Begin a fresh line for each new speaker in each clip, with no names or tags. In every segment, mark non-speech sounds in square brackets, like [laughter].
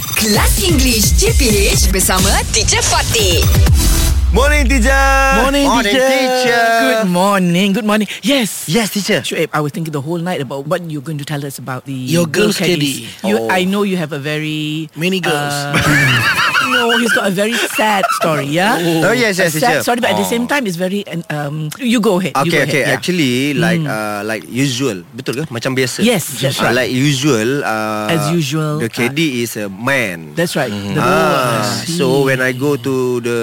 Kelas English CPH bersama Teacher Fatih.
Morning teacher
[laughs] Morning,
Morning
teacher.
teacher
Good morning. Good morning. Yes.
Yes teacher
Shuaib, I was thinking the whole night about what you're going to tell us about the
Your girls'
caddies.
caddy.
You,
Oh.
I know you have a very uh,
Many girls.
[laughs] no, he's got a very sad story. Yeah.
Oh, yes, yes,
a sad
teacher.
story, but at the
Oh.
same time, it's very. and, Um, you go ahead. you
Okay okay
go Ahead, yeah. Hmm.
Actually like uh, like usual Betul ke? Macam biasa
Yes, that's
Uh,
right.
Like usual uh,
As usual, oh,
The
uh,
caddy is a man
That's right. The
Ah,
whole-
so when I go to the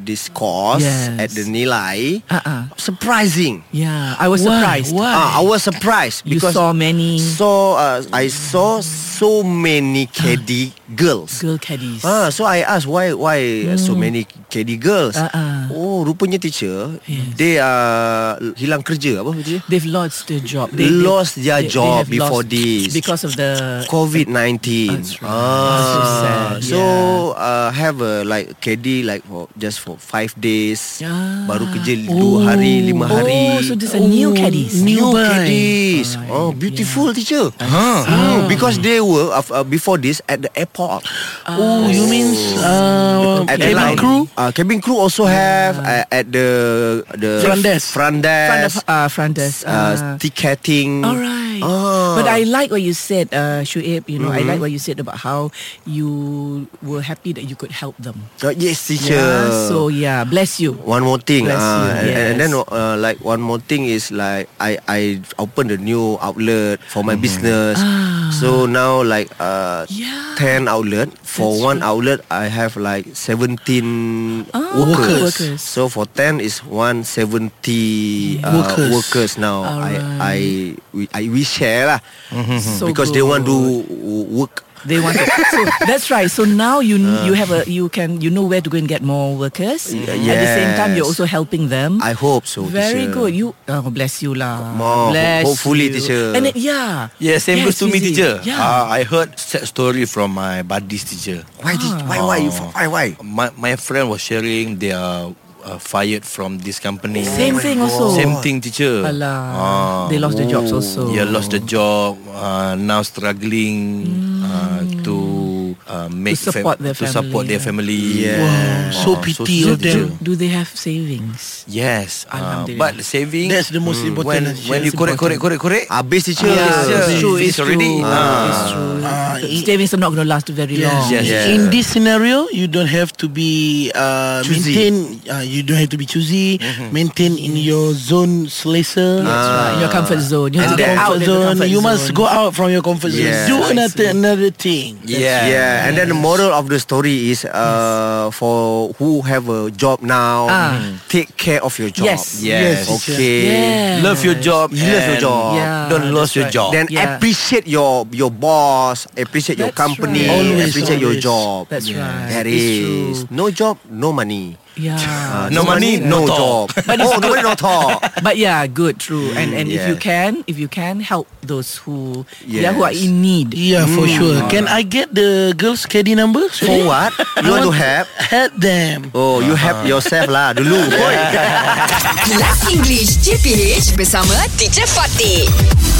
this course
Yes.
at the Nilai,
Uh-uh.
surprising.
yeah, I was
Why?
surprised.
Why?
Ah, I was surprised
You
because
saw many
saw uh, I saw so many caddy girls.
girl caddies.
Ah, so I asked why why so many caddy girls.
Hmm. Ah, ah.
Oh, rupanya teacher
Yes.
they are hilang kerja apa teacher?
They've lost their job.
Lost their job
have
before
lost
this.
because of the
COVID-19.
That's right. So sad,
Ah, so
yeah.
uh, have a like caddy like for just for five days.
Ah.
Baru kerja dua hari, lima hari.
Oh, so these are new
Oh,
caddies.
New
Nearby.
caddies. Oh, beautiful teacher. Huh.
Ah.
because they were of- uh, before this at the airport.
Oh, you mean uh,
At the
cabin
line.
crew?
Uh, cabin crew also have uh, at the the
Front desk.
front desk,
Front, uh, front desk.
uh,
Uh,
ticketing.
all right.
Ah.
But I like what you said, uh, Shuib. You know, I
Mm-hmm.
like what you said about how you were happy that you could help them.
Uh, yes, teacher.
Yeah, so yeah, bless you.
one more thing,
Bless you,
uh, and,
yes.
and then uh, like one more thing is like I I open the new outlet for
Mm-hmm.
my business. So now like uh,
Ah. Yeah.
ten outlet for one outlet I have like seventeen workers.
Ah. workers.
So for ten is one seventy uh, workers.
Workers.
now. I I we, I we share lah
Mm-hmm. So
because they want to
good.
w- work.
They
[laughs]
want. To, so that's right. So now you
Uh.
you have a you can you know where to go and get more workers. At the same time, you're
yes.
also helping them.
I hope so.
Very
teacher.
good. You oh, bless you lah.
More.
Bless
Hopefully,
you.
teacher.
And it, yeah.
Yeah, same
Yes,
goes to me,
Fizi.
teacher.
Ah.
Yeah.
Uh, I heard sad story from my buddy's teacher.
Why did, why why you why why?
My my friend was sharing they are uh, fired from this company.
Same thing also.
Oh Same thing, teacher.
Alah,
Ah.
they lost their jobs also.
Yeah, lost the job. Uh, now struggling uh, to uh, make
Hmm. To support their
to
family,
support their
yeah.
family.
Yeah.
Wow, so
Ah,
pity
sad,
of them.
teacher.
Do they have savings?
Yes, uh,
Alhamdulillah.
but saving
That's the most important,
Hmm. When
teacher.
when you
It's
correct, correct, correct, correct.
Habis teacher.
Yeah,
Yeah,
it's true. It's
it's
true.
already, ah.
It's true.
Ah,
The
it-
savings are not going to last very long.
Yes.
In this scenario, you don't have to be uh,
Choosy.
maintain. Uh, you don't have to be choosy. Maintain in your zone slicer.
That's right. Your comfort zone. You have to
And
get
then-
out of
comfort
your
zone.
comfort
You
zone.
must go out from your comfort zone.
Yes.
Do
I
another another thing.
Yeah.
Yeah, and then the moral of the story is uh, for who have a job now,
Ah. Mm.
take care of your job.
Yes.
Yes.
Okay.
Yeah.
Love your job.
You love your
and
job.
Yeah,
Don't lose
that's
your
right.
job.
Then
Yeah.
appreciate your your boss, appreciate your
That's
company,
right.
Always,
appreciate your
always.
job.
That's right.
That
It's
is.
true.
No job, no money.
Yeah. [laughs]
Uh,
No money, no
job.
talk.
oh, no money, no talk.
But yeah, good, true. And and if you
yeah.
can, if you can help those who yeah, who are
Yes.
in need. Mm.
Yeah, for sure. Hmm. Can I get the girls' caddy number?
For what? You want to help?
Help them.
Oh, you help
Uh-huh.
yourself lah dulu. boy.
Kelas English CPH bersama Teacher Fatih.